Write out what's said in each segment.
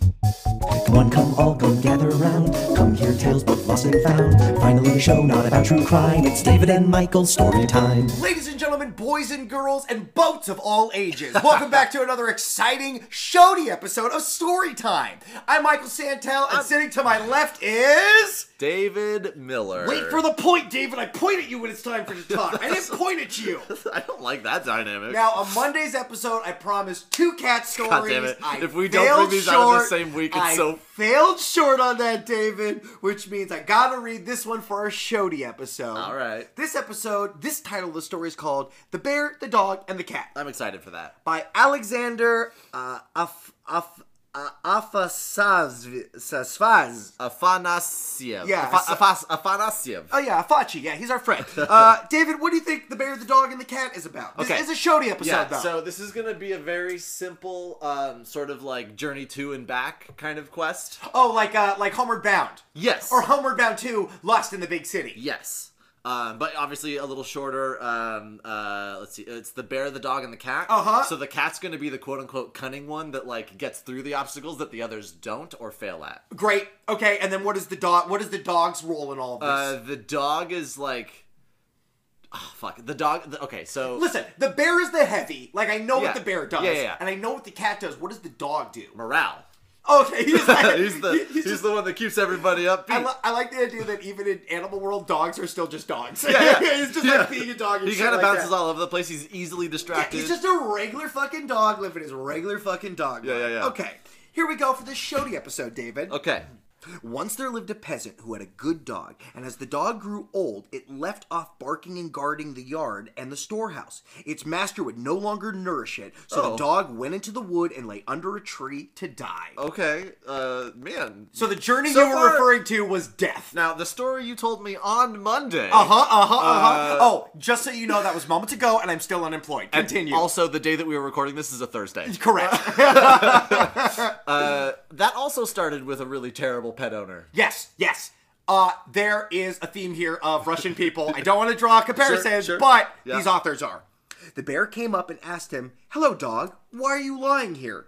Come on, come all, go gather round. Come hear tales both lost and found. Finally, a show not about true crime. It's David and Michael's story time. Ladies and gentlemen, boys and girls, and boats of all ages, welcome back to another exciting, shody episode of Story Time. I'm Michael Santel, and sitting to my left is. Er. David Miller. Wait for the point, David. I point at you when it's time for you to talk. I didn't point at you. I don't like that dynamic. Now, on Monday's episode, I promised two cat stories. God damn it. I If we don't failed bring these out in the short. same week, it's I so- failed short on that, David, which means I gotta read this one for our shody episode. All right. This episode, this title of the story is called The Bear, the Dog, and the Cat I'm excited for that. by Alexander uh, Af- Af- uh, Afasazv- Sasvaz. Afanasiev. Yeah, Afa- Afas- Afanasiev. Oh yeah, Afachi. Yeah, he's our friend. Uh, David, what do you think the bear, the dog, and the cat is about? This Okay. is a shody episode, yeah, though. so this is going to be a very simple, um, sort of like journey to and back kind of quest. oh, like uh, like Homeward Bound Yes. or Homeward Bound Two: Lost in the Big City. yes. Um, but obviously a little shorter. Um, uh, let's see. It's the bear, the dog, and the cat. Uh-huh. So the cat's going to be the quote unquote cunning one that like gets through the obstacles that the others don't or fail at. Great. Okay, and then what is the dog? What is the dog's role in all of this? Uh, the dog is like, oh, fuck. The dog. The, okay, so Listen, the bear is the heavy. Like I know Yeah. what the bear does, Yeah, yeah, yeah. and I know what the cat does. What does the dog do? morale. Okay, he's, like, he's the he- he's he's, just- the one that keeps everybody upbeat. I, li- I like the idea that even in Animal World, dogs are still just dogs. Yeah, yeah. it's just Yeah. like being a dog. And he kind of bounces all over the place. He's easily distracted. He's just a regular fucking dog living his regular fucking dog. Yeah, life. yeah, yeah. Okay, here we go for this shoddy episode, David. okay. Once there lived a peasant who had a good dog, and as the dog grew old, it left off barking and guarding the yard and the storehouse. Its master would no longer nourish it, so the Oh. dog went into the wood and lay under a tree to die. Okay. Uh, man. So the journey Oh. So you were far- referring to was death. now the story you told me on Monday. Uh huh. Uh huh. Uh huh. Oh, just so you know, that was moments ago, and I'm still unemployed. and Continue. Also, the day that we were recording this is a Thursday. correct. Uh, that also started with a really terrible pet owner. yes. Yes. Uh, there is a theme here of Russian people. I don't want to draw comparisons, sure. but Yeah. these authors are. The bear came up and asked him, "Hello, dog. Why are you lying here?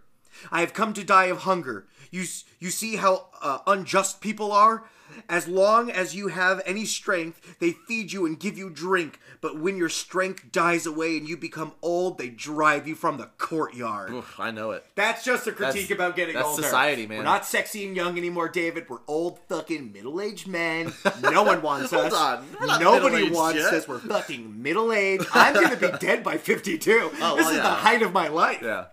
I have come to die of hunger. You s- you see how uh, unjust people are. As long as you have any strength, they feed you and give you drink. But when your strength dies away and you become old, they drive you from the courtyard." Oof, I know it. That's just a critique That's- about getting that's older. society, man. We're not sexy and young anymore, David. We're old, fucking middle-aged men. No one wants Hold us. on. We're not Nobody middle-aged wants yet. us. We're fucking middle-aged. I'm gonna be dead by 52. Oh, well, this is the yeah. height of my life. Yeah.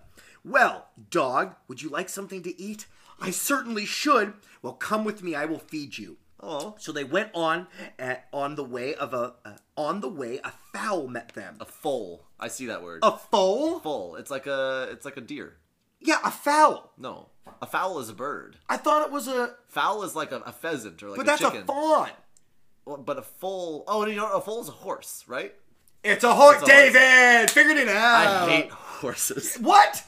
Well, dog, would you like something to eat? I certainly should. Well, come with me. I will feed you. Oh. So they went on. At, on the way of a uh, on the way, a fowl met them. A foal. I see that word. A fowl? foal. It's like a it's like a deer. Yeah, a fowl. No, a fowl is a bird. I thought it was a. Fowl is like a, a pheasant or like But a that's chicken. a fawn. Well, But a foal. Oh, you know a foal is a horse, right? It's a horse, It's a horse. David. Figured it out. I hate horses. what,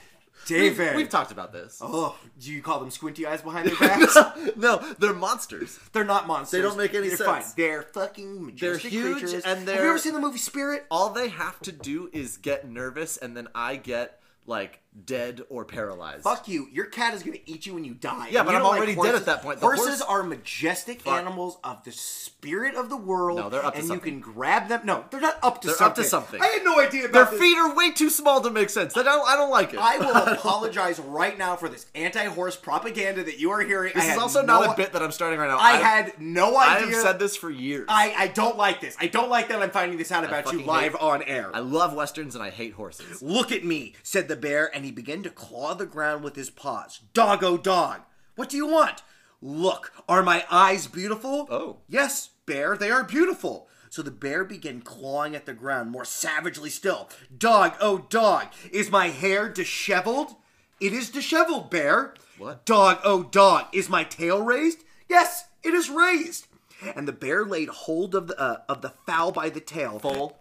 David. We've talked about this. oh, do you call them squinty eyes behind their backs? no, they're monsters. they're not monsters. They don't make any They're sense. Fine. They're fucking majestic huge creatures. and Have they're- you ever seen the movie Spirit? All they have to do is get nervous, and then I get like dead or paralyzed. Fuck you. Your cat is gonna eat you when you die. Yeah, And but you I'm don't already dead horses. at that point. The horses horse- are majestic animals of the spirit of the world. No, they're up to and something. you can grab them. No, they're not up to They're something. up to something. I had no idea Their about this. feet are way too small to make sense. I don't. I don't like it. I will apologize right now for this anti-horse propaganda that you are hearing. this is also not a bit that I'm starting right now. I I've- had no I idea. have said this for years. I, I don't like this. I don't like that I'm finding this out about you fucking live hate- on air. I love westerns and I hate horses. Look at me, said the bear, and he began to claw the ground with his paws. Dog, oh dog, what do you want? Look, are my eyes beautiful? Oh. Yes, bear, they are beautiful. So the bear began clawing at the ground more savagely still. Dog, oh dog, is my hair disheveled? It is disheveled, bear. What? Dog, oh dog, is my tail raised? Yes, it is raised. And the bear laid hold of the uh, of the fowl by the tail. Foal.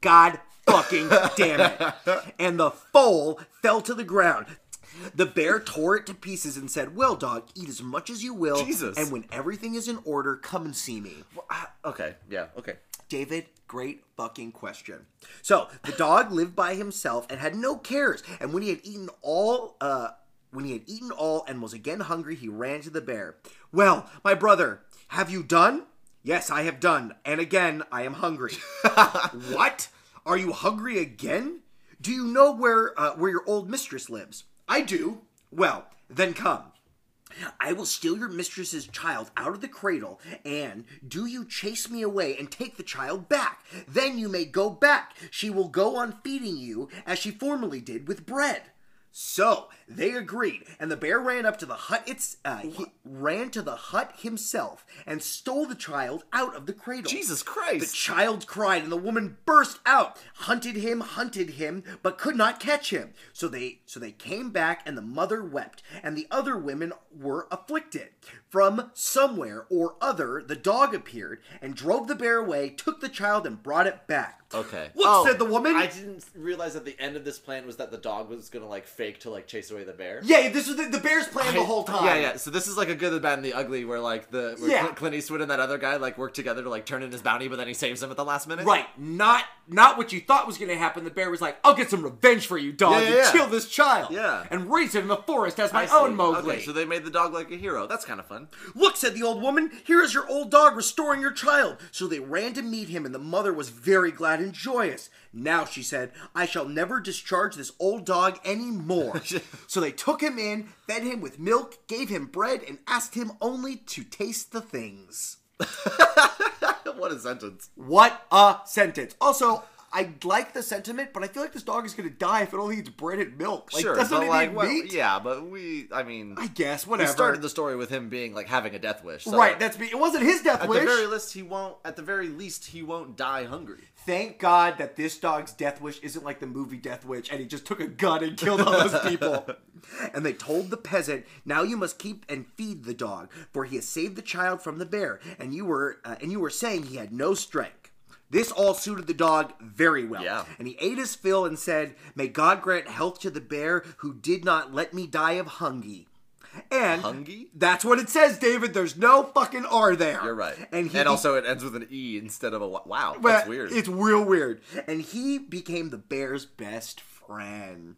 God fucking damn it. And the foal fell to the ground. The bear tore it to pieces and said, Well, dog, eat as much as you will. Jesus. And when everything is in order, come and see me. Ah, Okay. Yeah. Okay. David, great fucking question. So the dog lived by himself and had no cares. And when he had eaten all, uh, When he had eaten all and was again hungry, he ran to the bear. Well, my brother, have you done? Yes, I have done, and again I am hungry. what? Are you hungry again? Do you know where uh, where your old mistress lives? I do. Well, then come. I will steal your mistress's child out of the cradle, and do you chase me away and take the child back? Then you may go back. She will go on feeding you as she formerly did with bread. So they agreed, and the bear ran up to the hut. It's uh, he ran to the hut himself and stole the child out of the cradle. Jesus Christ. The child cried, and the woman burst out, hunted him, hunted him, but could not catch him. So they so they came back, and the mother wept, and the other women were afflicted. From somewhere or other, the dog appeared and drove the bear away, took the child, and brought it back. Okay. Oh, What said the woman? I didn't realize at the end of this plan was that the dog was gonna like fake to like chase away the bear. Yeah, this was the, the bear's plan the whole time. Yeah, yeah. So this is like a good, the bad, and the ugly, where like the where Yeah. Clint- Clint Eastwood and that other guy like work together to like turn in his bounty, but then he saves him at the last minute. Right, not not what you thought was going to happen. The bear was like, "I'll get some revenge for you, dog, Yeah, yeah, and yeah. kill this child, Yeah. and raise him in the forest as my I see. own Mowgli." Okay, so they made the dog like a hero. That's kind of fun. Look, said the old woman, here is your old dog restoring your child. So they ran to meet him, and the mother was very glad and joyous. Now, she said, I shall never discharge this old dog any more. so they took him in, fed him with milk, gave him bread, and asked him only to taste the things. what a sentence. What a sentence. Also, I like the sentiment, but I feel like this dog is going to die if it only eats bread and milk. Like, sure, doesn't but it like, eat well, meat? yeah, but we, I mean, I guess we whatever. started the story with him being like having a death wish. So right. That's me. It wasn't his death at wish. the very least, he won't. At the very least, he won't die hungry. Thank God that this dog's death wish isn't like the movie Death Wish, and he just took a gun and killed all those people. And they told the peasant, "Now you must keep and feed the dog, for he has saved the child from the bear." And you were uh, and you were saying he had no strength. This all suited the dog very well. Yeah. And he ate his fill and said, "May God grant health to the bear who did not let me die of hungy." And Hungy? That's what it says, David. There's no fucking R there. You're right. And he also, it ends with an e instead of a wa- wow. but That's weird. It's real weird. And he became the bear's best friend.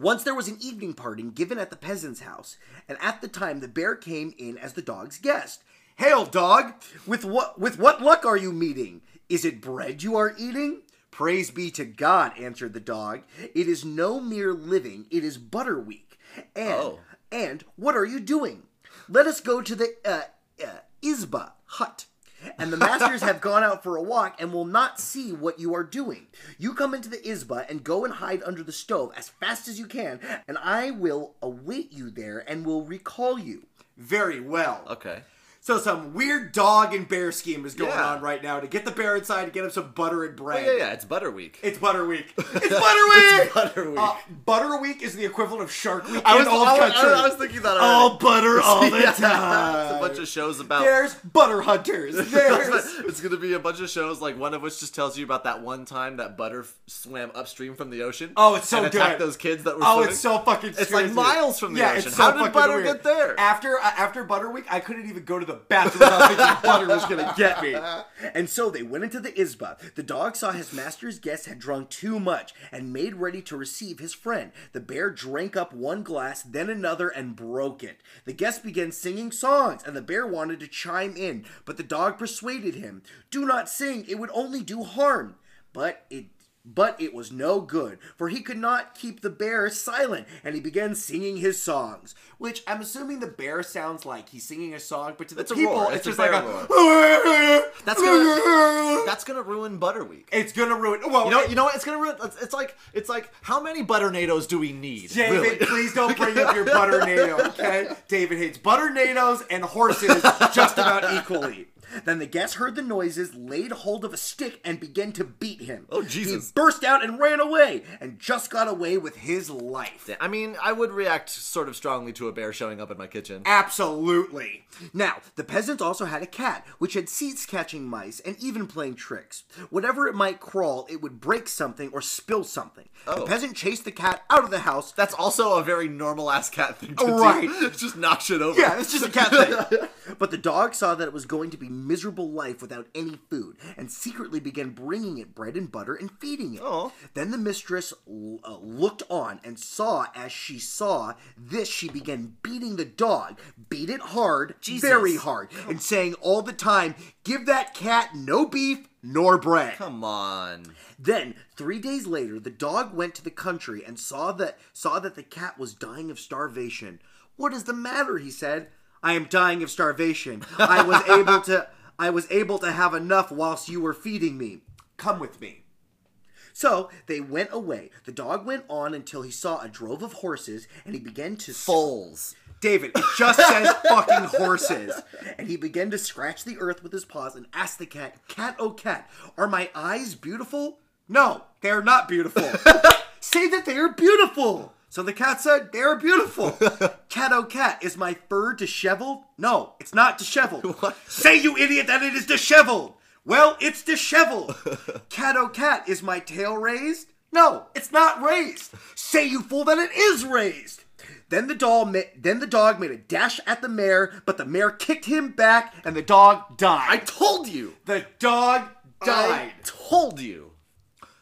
Once there was an evening parting given at the peasant's house, and at the time the bear came in as the dog's guest. Hail, dog! With what with what luck are you meeting? Is it bread you are eating? Praise be to God, answered the dog. It is no mere living, it is butter weak. And Oh. and what are you doing? Let us go to the uh, uh, Izba hut. And the masters have gone out for a walk and will not see what you are doing. You come into the Izba and go and hide under the stove as fast as you can, and I will await you there and will recall you. Very well. okay. So some weird dog and bear scheme is going Yeah. on right now to get the bear inside to get him some butter and bread. Oh, Yeah, yeah. It's butter week. It's Butterweek. It's Butterweek. It's Butter Week. Uh, Butterweek is the equivalent of Shark Week I in was, all I, was, countries. I was thinking that already. all butter all the Yeah. time. It's a bunch of shows about. There's butter hunters. There's it's gonna be a bunch of shows, like one of which just tells you about that one time that butter f- swam upstream from the ocean. Oh, it's so and attacked good. those kids that were. Oh, swimming. it's so fucking. It's like crazy. miles from the yeah, ocean. It's so How did fucking butter weird. get there? After uh, after Butter Week, I couldn't even go to the bathroom without thinking butter was gonna get me. And so they went into the Izba. The dog saw his master's guest had drunk too much and made ready to receive his friend. The bear drank up one glass, then another, and broke it. The guest began singing songs, and the bear wanted to chime in, but the dog persuaded him. Do not sing, it would only do harm. But it but it was no good, for he could not keep the bear silent, and he began singing his songs. Which I'm assuming the bear sounds like he's singing a song, but to the It's a people, roar. it's, It's a just like bear a. That's gonna- That's gonna ruin butter week. It's gonna ruin. Well, You know, you know what? It's gonna ruin. It's, it's like it's like how many butter nados do we need? David, really? please don't bring up your butter nato, okay? David hates butter natos and horses just about equally. Then the guest heard the noises, laid hold of a stick, and began to beat him. Oh, Jesus. He burst out and ran away, and just got away with his life. I mean, I would react sort of strongly to a bear showing up in my kitchen. Absolutely. Now, the peasant also had a cat, which had ceased catching mice and even playing tricks. Whenever it might crawl, it would break something or spill something. The Oh. peasant chased the cat out of the house. That's also a very normal ass cat thing to Right. do. Just knock shit over. Yeah, it's just a cat thing. But the dog saw that it was going to be miserable life without any food and secretly began bringing it bread and butter and feeding it. Oh. Then the mistress l- uh, looked on and saw as she saw this, she began beating the dog, beat it hard, Jesus. very hard, and saying all the time, Give that cat no beef nor bread. Come on. Then, three days later, the dog went to the country and saw that saw that the cat was dying of starvation. What is the matter? he said. I am dying of starvation. I was able to I was able to have enough whilst you were feeding me. Come with me. So they went away. The dog went on until he saw a drove of horses, and he began to Foals. David, it just says fucking horses. And he began to scratch the earth with his paws and asked the cat, Cat, oh cat, are my eyes beautiful? No, they are not beautiful. Say that they are beautiful. So the cat said, They are beautiful. cat, oh cat, is my fur disheveled? No, it's not disheveled. Say, you idiot, that it is disheveled. Well, it's disheveled. cat, oh cat, is my tail raised? No, it's not raised. Say, you fool, that it is raised. Then the dog ma- then the dog made a dash at the mare, but the mare kicked him back, and the dog I died. told you. The dog I died. told you.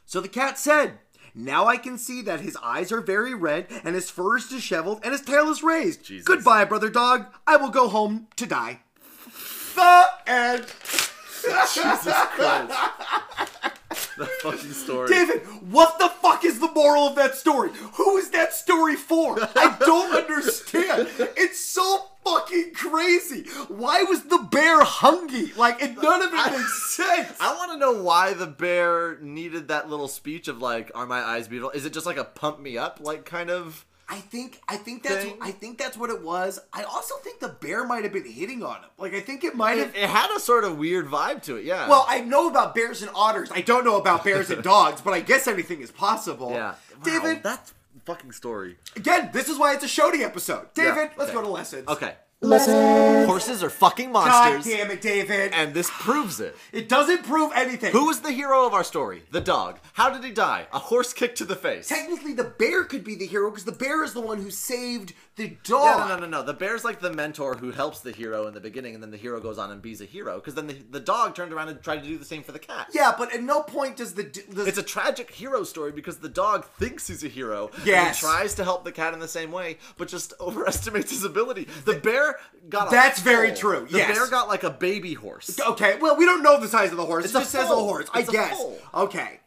so the cat said, "Now I can see that his eyes are very red, and his fur is disheveled, and his tail is raised. Jesus. Goodbye, brother dog. I will go home to die." The end. Jesus Christ. the fucking story. David, what the fuck is the moral of that story? Who is that story for? I don't understand. It's so fucking crazy. Why was the bear hungry? Like, and none of it makes sense. I want to know why the bear needed that little speech of like, "Are my eyes beautiful?" Is it just like a pump me up, like kind of? I think I think that's Thing. I think that's what it was. I also think the bear might have been hitting on him. Like I think it might It, have. it had a sort of weird vibe to it, yeah. Well, I know about bears and otters. I don't know about bears and dogs, but I guess anything is possible. yeah, David, Wow, that's fucking story. again, this is why it's a Shody episode. David, let's okay. go to lessons. Okay, horses are fucking God monsters, damn it, David. and this proves it. It doesn't prove anything. Who was the hero of our story? The dog. How did he die? A horse kick to the face. Technically, the bear could be the hero because the bear is the one who saved the No, dog. no, no, no, no. The bear's like the mentor who helps the hero in the beginning, and then the hero goes on and be's a hero. Because then the, the dog turned around and tried to do the same for the cat. Yeah, but at no point does the. Does, It's a tragic hero story because the dog thinks he's a hero. And Yes. he tries to help the cat in the same way, but just overestimates his ability. The bear got a That's very foal. true, The yes. bear got like a baby horse. okay, well, we don't know the size of the horse. It's it a just says a foal. horse. I It's a guess. foal. Okay.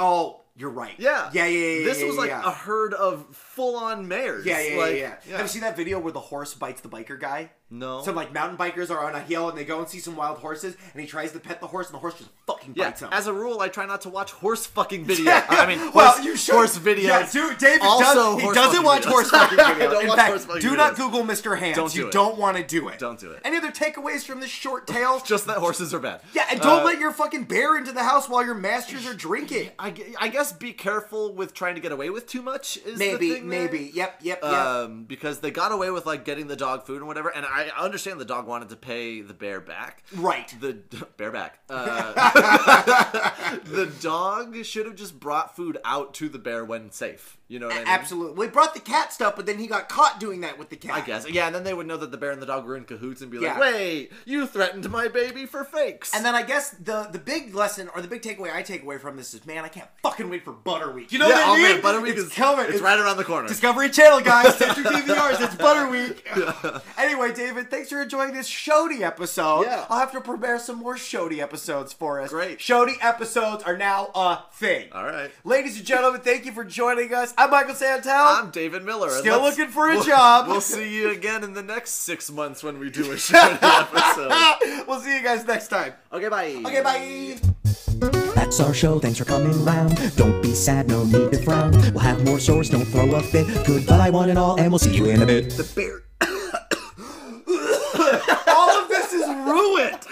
Oh, you're right. Yeah. Yeah, yeah, yeah. yeah, This yeah, was like yeah. a herd of full on mares. Yeah, yeah, like, yeah, yeah. Have you seen that video where the horse bites the biker guy? No. Some like mountain bikers are on a hill and they go and see some wild horses and he tries to pet the horse and the horse just fucking Yeah, bites him. as a rule, I try not to watch horse fucking videos. I mean, horse, well, you should. horse videos. Yeah, dude, David also does, he horse doesn't fucking watch videos. horse fucking I videos. don't In watch fact, horse fucking do not videos. Google Mr. Hands. Don't do you it. don't want to do it. Don't do it. Any other takeaways from this short tale? Just that horses are bad. Uh, yeah, and don't let your fucking bear into the house while your masters are drinking. I, gu- I guess be careful with trying to get away with too much. Is the Maybe, thing there. maybe. Yep, yep, yep. um, because they got away with like getting the dog food and whatever. And I I understand the dog wanted to pay the bear back. Right. The bear back. Uh, the dog should have just brought food out to the bear when safe. You know what I mean? Absolutely. We brought the cat stuff, but then he got caught doing that with the cat. I guess. Yeah, and then they would know that the bear and the dog were in cahoots and be like, Yeah. "Wait, you threatened my baby for fakes." And then I guess the the big lesson or the big takeaway I take away from this is, man, I can't fucking wait for Butterweek. You know yeah, what I oh mean? man, Butterweek it's is coming. It's, right around the corner. Discovery Channel, guys. Stay tuned to DVRs. It's Butterweek. Anyway, David, thanks for enjoying this Shody episode. Yeah. I'll have to prepare some more Shody episodes for us. Great. Shody episodes are now a thing. All right. Ladies and gentlemen, thank you for joining us. I'm Michael Santel. I'm David Miller. and Still let's- looking for a we'll- job. We'll see you again in the next six months when we do a short episode. we'll see you guys next time. Okay, bye. Okay, bye. That's our show. Thanks for coming round. Don't be sad, no need to frown. We'll have more stories, don't throw a fit. Goodbye, one and all, and we'll see you in a bit. The bear All of this is ruined.